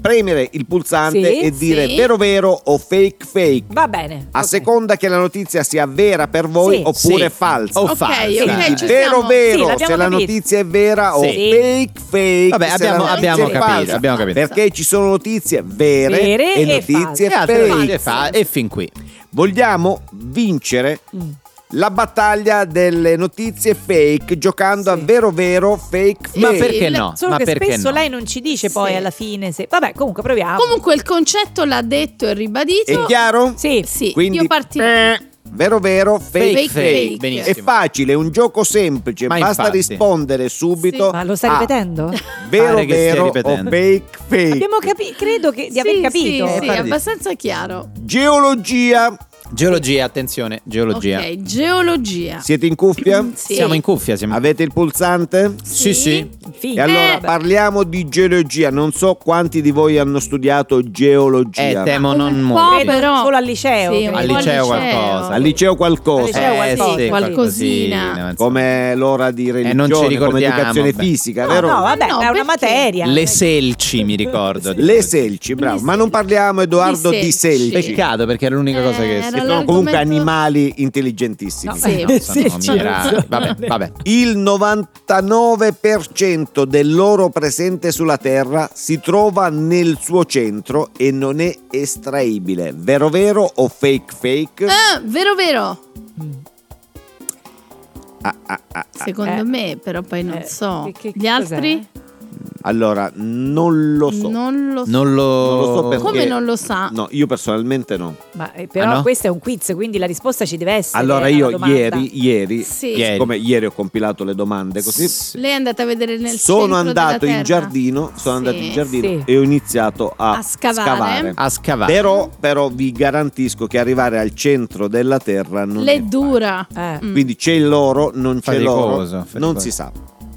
premere il pulsante
Sì,
e dire
sì.
vero vero o fake fake.
Va bene.
A
ok.
seconda che la notizia sia vera per voi
Sì. cioè
Sì.
oppure
Oh,
falsa.
O
Ok,
falsa.
ok,
Quindi
ci
vero
siamo.
vero
Sì, l'abbiamo
se la
capito.
notizia è vera o
Sì.
fake fake.
Vabbè,
se
abbiamo-
la notizia
abbiamo
è
capito,
falsa.
abbiamo capito.
Perché ci sono notizie vere,
Vere
e
e
notizie
E altre
fake.
notizie fa- e fin qui.
Vogliamo vincere
Mm.
la battaglia delle notizie fake giocando a vero vero fake fake.
Ma perché
il-
no?
Solo
Ma
che
perché
spesso
no?
lei non ci dice poi
Sì.
alla fine se... Vabbè, comunque proviamo.
Comunque il concetto l'ha detto e ribadito.
È chiaro?
Sì.
Sì,
Quindi
io partirei.
eh, vero vero fake
Fake,
fake.
fake.
È
Benissimo.
facile, è un gioco semplice,
Ma
basta
infatti.
rispondere subito.
Ma lo stai
Ah.
a
ripetendo?
Vero
Pare che stia
vero o
ripetendo.
fake fake.
Abbiamo capito, credo che, di aver
Sì,
capito.
Sì, sì,
Infatti.
abbastanza chiaro.
Geologia.
Geologia, attenzione, geologia.
Ok,
Ah.
geologia.
Siete in cuffia?
Sì.
Siamo in cuffia, siamo
Avete il pulsante?
Sì, sì.
Fine.
E allora
Eh, beh.
parliamo di geologia. Non so quanti di voi hanno studiato
Eh,
geologia.
temo non
Un
muoio. Eh,
po' però.
Solo al liceo,
Sì,
credo.
un
Al
po'
liceo qualcosa.
Al liceo qualcosa.
Al liceo
Eh,
qualcosa.
sì,
Qualcosina.
qualcosina,
come l'ora di
Eh, non ci
religione, come
ricordiamo,
educazione
beh.
fisica,
No,
vero?
no, vabbè,
No,
è una
perché?
materia.
Le selci, mi ricordo.
Le selci, bravo.
Le
Ma non parliamo, Edoardo,
Di
di
selci.
selci.
Peccato perché era l'unica
Eh,
cosa che
era
Che
si
sono comunque
L'argomento-
animali intelligentissimi.
No, Sì.
no, sono
selci
minerali. Vabbè, vabbè.
Il 99% dell'oro presente sulla Terra si trova nel suo centro e non è estraibile. Vero vero o fake fake?
Ah, vero, vero.
Ah, ah, ah, ah.
Secondo
eh.
me, però poi non
Eh,
so.
che- che-
Gli altri?
cos'è?
Allora, non lo so.
Non lo so.
Non lo...
Non lo so perché.
Come non lo sa?
No, io personalmente no.
Ma eh, però
Ah, no?
questo è un quiz, quindi la risposta ci deve essere.
Allora
alla
io
domanda.
ieri, ieri,
Sì.
Ieri.
siccome ieri ho compilato le domande così,
Lei è andata a vedere nel
sono
centro
andato
della
in
terra.
giardino, sono
Sì,
andato in giardino
sì.
e ho iniziato a,
A scavare.
A scavare.
Però, però vi garantisco che arrivare al centro della terra non è
Le
facile.
dura.
Eh.
Mm.
Quindi c'è l'oro, non c'è
Faticoso,
l'oro,
faticoso. Eh, certo.
non si sa.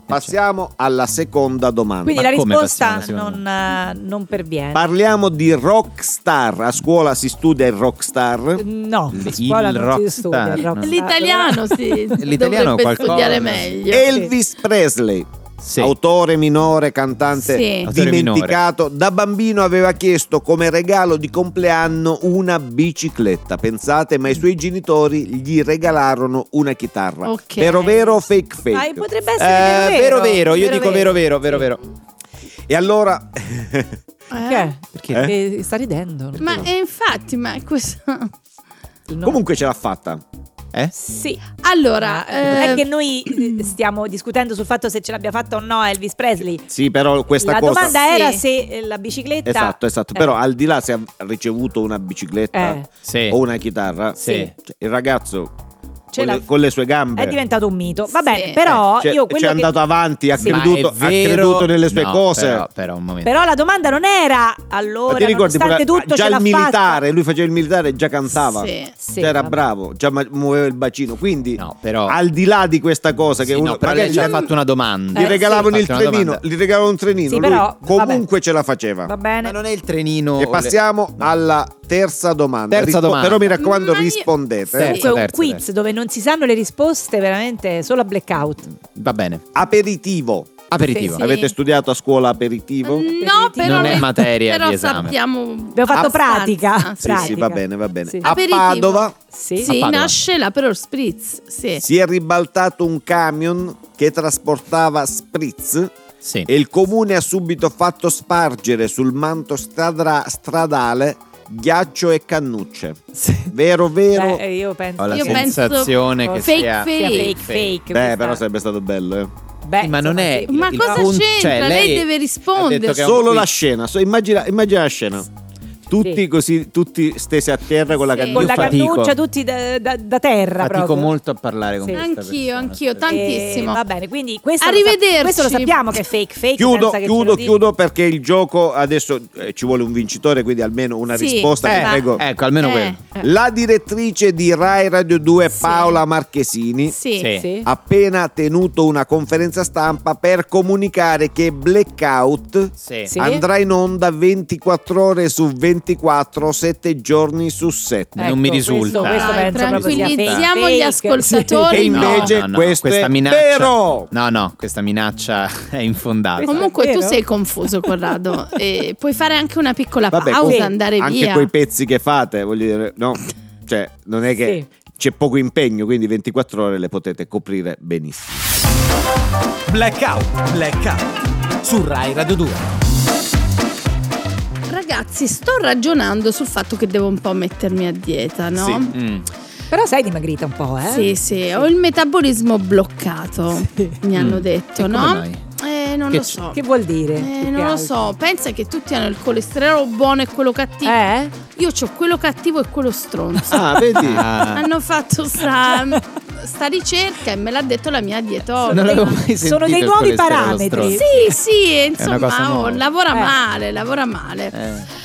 Passiamo alla seconda domanda.
Quindi
Ma
la
come
risposta
passiamo alla
non, eh, non perviene.
Parliamo di rockstar. A scuola si studia il rockstar.
no,
Il
a scuola non si studia
rockstar.
il rockstar. Ah,
L'italiano sì,
L'italiano
dovrebbe
qualcosa.
studiare meglio.
Elvis Presley.
Sì.
Autore minore, cantante
Sì.
Autore
dimenticato, da bambino aveva chiesto come regalo di compleanno una bicicletta. Pensate, ma i suoi genitori gli regalarono una chitarra.
Ok.
Vero vero o fake fake?
Dai, ah, potrebbe
Eh,
essere
vero, vero, io dico vero, vero, vero, vero.
E allora
Eh?
Perché?
Perché?
Perché sta ridendo.
Ma
Certo.
e infatti, ma questo...
No.
comunque ce l'ha fatta.
Eh?
Sì.
Allora,
non
eh,
è che noi eh, stiamo discutendo sul fatto se ce l'abbia fatta o no Elvis Presley.
Sì, però questa
la
cosa
domanda
Sì.
era se eh, la bicicletta
Esatto, esatto.
Eh.
Però al di là se ha ricevuto una bicicletta
Eh.
Sì.
o una chitarra,
Sì.
cioè, il ragazzo
Ce
con
l'ha-
le, con le sue gambe
è diventato un mito. Va
Sì.
bene, però
cioè,
io
cioè, è
quello che-
andato avanti, ha,
Sì.
Ma è
creduto, ha
vero-
creduto nelle sue
no,
cose.
Però, però un momento.
Però la domanda non era
Ma
allora,
ti ricordi
nonostante
pure-
tutto
già
ce l'ha
il militare,
fatta.
lui faceva il militare e già cantava.
Sì.
Sì,
Già era
vabbè.
bravo, già ma- muoveva il bacino. Quindi
No, però-
al di là di questa cosa che
Sì,
uno
no, però lei
magari
ci ha
gli-
fatto una domanda.
gli
Eh,
regalavano
sì.
il
Faccio una
trenino,
domanda.
gli regalavano un trenino,
Sì,
lui
però,
comunque
vabbè.
ce la faceva.
Va bene.
Ma non è il trenino.
E passiamo alla terza domanda.
Terza domanda.
Però mi raccomando,
Ma io-
rispondete.
Sì.
eh.
Comunque è un
terzo,
quiz
terzo.
dove non si sanno le risposte veramente solo a blackout.
Va bene.
Aperitivo.
Aperitivo.
Sì.
Avete studiato a scuola aperitivo?
Mm,
no, però...
Non è
le-
materia
Però
di esame.
sappiamo...
Abbiamo fatto
abbastanza.
pratica.
Sì, sì,
Pratica.
va bene, va bene. Ah,
Sì.
A
Aperitivo.
Padova
Sì.
Sì,
Padova.
nasce la Perol Spritz. Sì.
si è ribaltato un camion che trasportava spritz
Sì.
e il comune ha subito fatto spargere sul manto stradra- stradale ghiaccio e cannucce. Vero, vero?
Beh, eh, io penso
Ho la
Io
che
penso-
sensazione che
fake,
sia...
fake.
sia fake,
fake.
fake.
Beh,
questa-
però sarebbe stato bello, eh.
Beh,
Sì, ma non
insomma,
è...
sì.
il-
Ma
il
cosa
punto-
c'entra?
cioè,
Lei
lei
deve
ha detto
rispondere.
che è un
Solo la
quiz.
scena, so- immagina, immagina la scena. Tutti
Sì.
così, tutti stesi a terra con la
Sì.
cannuccia.
con
Io
la
fatico.
cannuccia tutti da, da- da terra
Fatico
proprio.
molto a parlare con
Sì.
questa
Anch'io,
persona.
anch'io,
Sì.
tanti- tantissimo.
Eh, va bene, quindi questo,
Arrivederci.
Lo, sa- questo lo sappiamo che è fake fake.
Chiudo,
senza che ce
chiudo,
lo dica.
chiudo perché il gioco adesso eh, ci vuole un vincitore, quindi almeno una
Sì,
risposta. vi
va.
prego.
Ecco, almeno
Eh,
quello.
La direttrice di Rai Radio 2
Sì.
Paola Marchesini
Sì.
Sì.
Sì.
ha appena tenuto una conferenza stampa per comunicare che Blackout
Sì.
Sì.
andrà in onda 24 ore su 24, 7 giorni su 7.
Non
Ecco,
mi
questo-
risulta.
questo
Dai,
penso proprio Ah, sia fake.
tranquillizziamo gli
Fake.
ascoltatori.
E
no.
invece
No, no,
questo
questa
è
minaccia-
vero.
No, no, questa minaccia è infondata.
Comunque tu
Vero?
sei confuso, Corrado. e puoi fare anche una piccola
Vabbè,
pausa,
comunque,
andare
anche
via.
quei pezzi che fate, voglio dire, no? Cioè, non è che c'è poco impegno, quindi 24 ore le potete coprire benissimo.
Blackout, blackout. Su Rai Radio 2.
Ragazzi, sto ragionando sul fatto che devo un po' mettermi a dieta, no?
Sì. Mm.
Però sei dimagrita un po', eh?
Sì, sì, ho il metabolismo bloccato, mi hanno detto,
Mm. E come
no?
mai?
Eh, non
Che
lo
c-
so.
Che vuol dire?
Eh, non lo so, pensa che tutti hanno il colesterolo buono e quello cattivo.
Eh?
Io ho quello cattivo e quello stronzo.
Ah, vedi?
Ah,
Hanno fatto sta, mm, sta ricerca e me l'ha detto la mia dietologa.
non l'avevo mai sentito
Sono dei
il
nuovi
colesterolo
parametri.
stronzo.
Sì, sì, e
una cosa
insomma, oh,
nuova.
lavora
Eh.
male, lavora male.
Eh.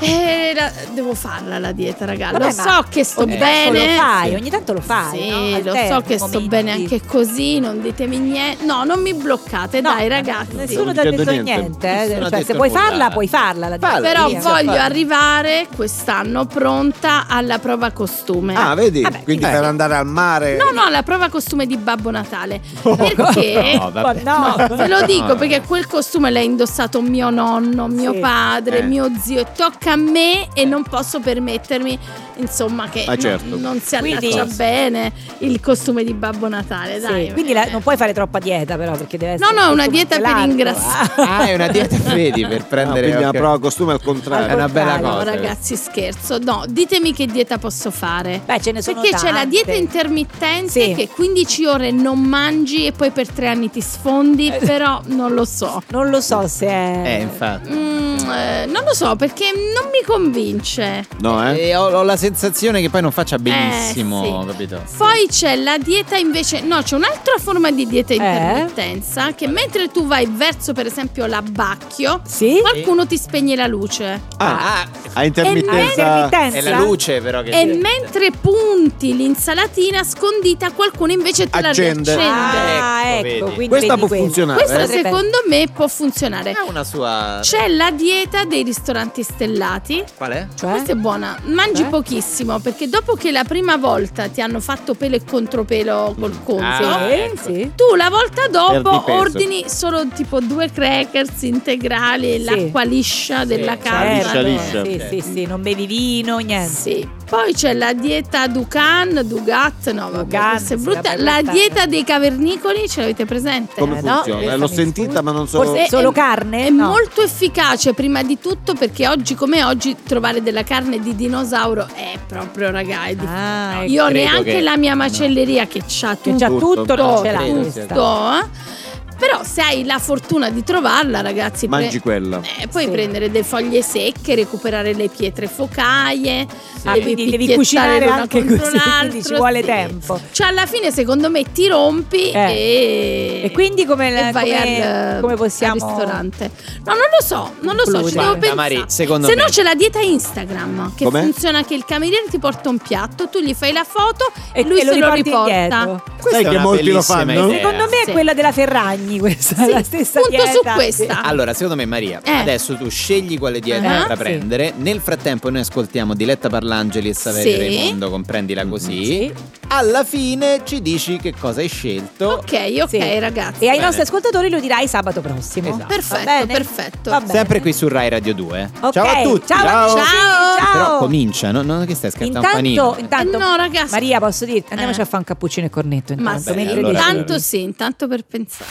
Eh, la- devo farla la dieta, raga. Lo
Vabbè, ma
so che sto
ogni tanto
bene.
Lo fai, ogni tanto lo fai.
Sì,
no?
lo so
Alterni
che sto
momenti.
bene anche così, non ditemi niente. No, non mi bloccate,
No,
dai
ma
ragazzi.
Nessuno ti
Non
ha
dicendo
detto niente.
niente.
eh.
Nessuno ha
Cioè, se
detto
vuoi
nulla.
farla, puoi farla. La
Falla,
differenza.
Però
inizia a
voglio
fare.
arrivare quest'anno pronta alla prova costume.
Ah, vedi?
Vabbè,
quindi
sì.
per andare al mare.
No, no, la prova costume di Babbo Natale. Perché?
No, vabbè.
Oh, No,
Ve lo dico
No.
perché quel costume l'ha indossato mio nonno, mio
Sì.
padre,
Eh.
mio zio e tocca a me e non posso permettermi, insomma, che
Ah,
non-
certo.
non, si allaccia
Quindi-
bene il costume di Babbo Natale, dai.
Sì, Quindi la- non puoi fare troppa dieta, però, perché
No,
deve essere.
no,
tutto
una dieta per
muscolato.
ingrassare.
Ah, è una dieta fedi per prendere.
quindi
ok.
la prova costume al contrario.
È una bella
contrario,
No,
cioè-
cosa.
ragazzi, scherzo. No, ditemi che dieta posso fare.
Beh, ce ne sono
Perché c'è la
tante.
dieta intermittente
Sì.
che 15 ore non mangi e poi per tre anni ti sfondi,
Eh.
però non lo so.
Non lo so se è.
Eh, infatti.
Mm, eh, non lo so perché non mi convince.
No, eh?
E ho, ho la sensazione che poi non faccia benissimo,
Eh, sì.
capito?
Poi c'è la dieta invece, no, c'è un'altra forma di dieta
Eh?
intermittenza che mentre tu vai verso per esempio l'abbacchio,
Sì?
qualcuno ti spegne la luce.
Ah, a intermittenza.
Intermittenza.
È la luce, però, che
E mentre punti l'insalatina scondita, qualcuno invece te
Accende.
la riaccende.
Ah,
Ecco,
ecco,
vedi.
quindi
Questa
vedi
può
quello.
funzionare.
Questa
eh?
Potrebbe-
secondo me può funzionare.
Ah.
ha una sua.
C'è la dieta dei ristoranti stellati.
Qual è?
Cioè?
Questa è buona, mangi
Eh?
pochissimo perché dopo che la prima volta ti hanno fatto pelo e contropelo col conto,
Ah,
Sì,
ecco.
sì.
tu la volta
Perdi
dopo
peso.
ordini solo tipo due crackers integrali e
Sì.
l'acqua liscia della
liscia,
casa.
Certo,
liscia.
Sì, sì, sì, non bevi vino, niente.
Sì. Poi c'è la dieta Ducan, Dugat, no, vabbè,
Dugan,
questa è
sì,
brutta.
vabbè,
La
questa-
dieta dei cavernicoli, ce l'avete presente?
Come
no,
funziona?
questa
Eh, L'ho
mi
sentita,
sfugge.
ma non so.
Forse
È-
solo
è-
carne?
È
No.
molto efficace prima di tutto perché oggi come oggi trovare della carne di dinosauro è proprio raga, è difficile.
Ah, ecco.
Io
credo
neanche
che-
la mia macelleria che c'ha
Che
tutto,
c'ha tutto,
Tutto,
non ce l'ha.
credo
tutto,
sia
questa.
eh. Però se hai la fortuna di trovarla, ragazzi, pre-
Mangi quella.
eh, puoi
Sì.
prendere delle foglie secche, recuperare le pietre focaie,
Ah,
devi,
quindi devi
picchiettare
cucinare
l'una
anche
contro
così, quindi ci
l'altro,
vuole
sì.
tempo.
Cioè alla fine secondo me ti rompi e...
Eh. E quindi come la-
e vai
come-
al,
come possiamo-
al ristorante. No, non lo so, non lo so, ci
Concludere.
devo
Guarda,
pensare.
Mari, secondo
Se
me-
no c'è la dieta Instagram che
Com'è?
funziona che il cameriere ti porta un piatto, tu gli fai la foto e,
E
lui
te lo
se lo
riporti
riporta.
indietro.
Sai
è
che
una
molti lo
bellissima
fanno?
idea.
Secondo me
Sì.
è quella della Ferragni, questa è la stessa
punto
dieta.
su questa.
Allora, secondo me, Maria,
Eh.
adesso tu scegli quale dieta
Ah.
da prendere. Nel frattempo, noi ascoltiamo Diletta Parlangeli e Saverio
Sì.
Raimondo, comprendila così.
Sì.
Alla fine ci dici che cosa hai scelto.
Ok, ok,
Sì.
ragazzi.
E ai
Bene.
nostri ascoltatori lo dirai sabato prossimo.
Esatto.
Perfetto,
Va bene?
perfetto.
Va bene.
Sempre qui su Rai Radio 2.
Ok,
Ciao a tutti.
Ciao,
Ciao.
amici, ciao.
Però comincia, no? no, che stai scattando un panino.
Intanto,
Eh
intanto
no, ragazzi.
Maria, posso dirti, andiamoci
Eh.
a fare un cappuccino e cornetto
Ma
intanto.
sì,
Bene,
mentre
allora-
dici-
intanto sì, intanto per pensare.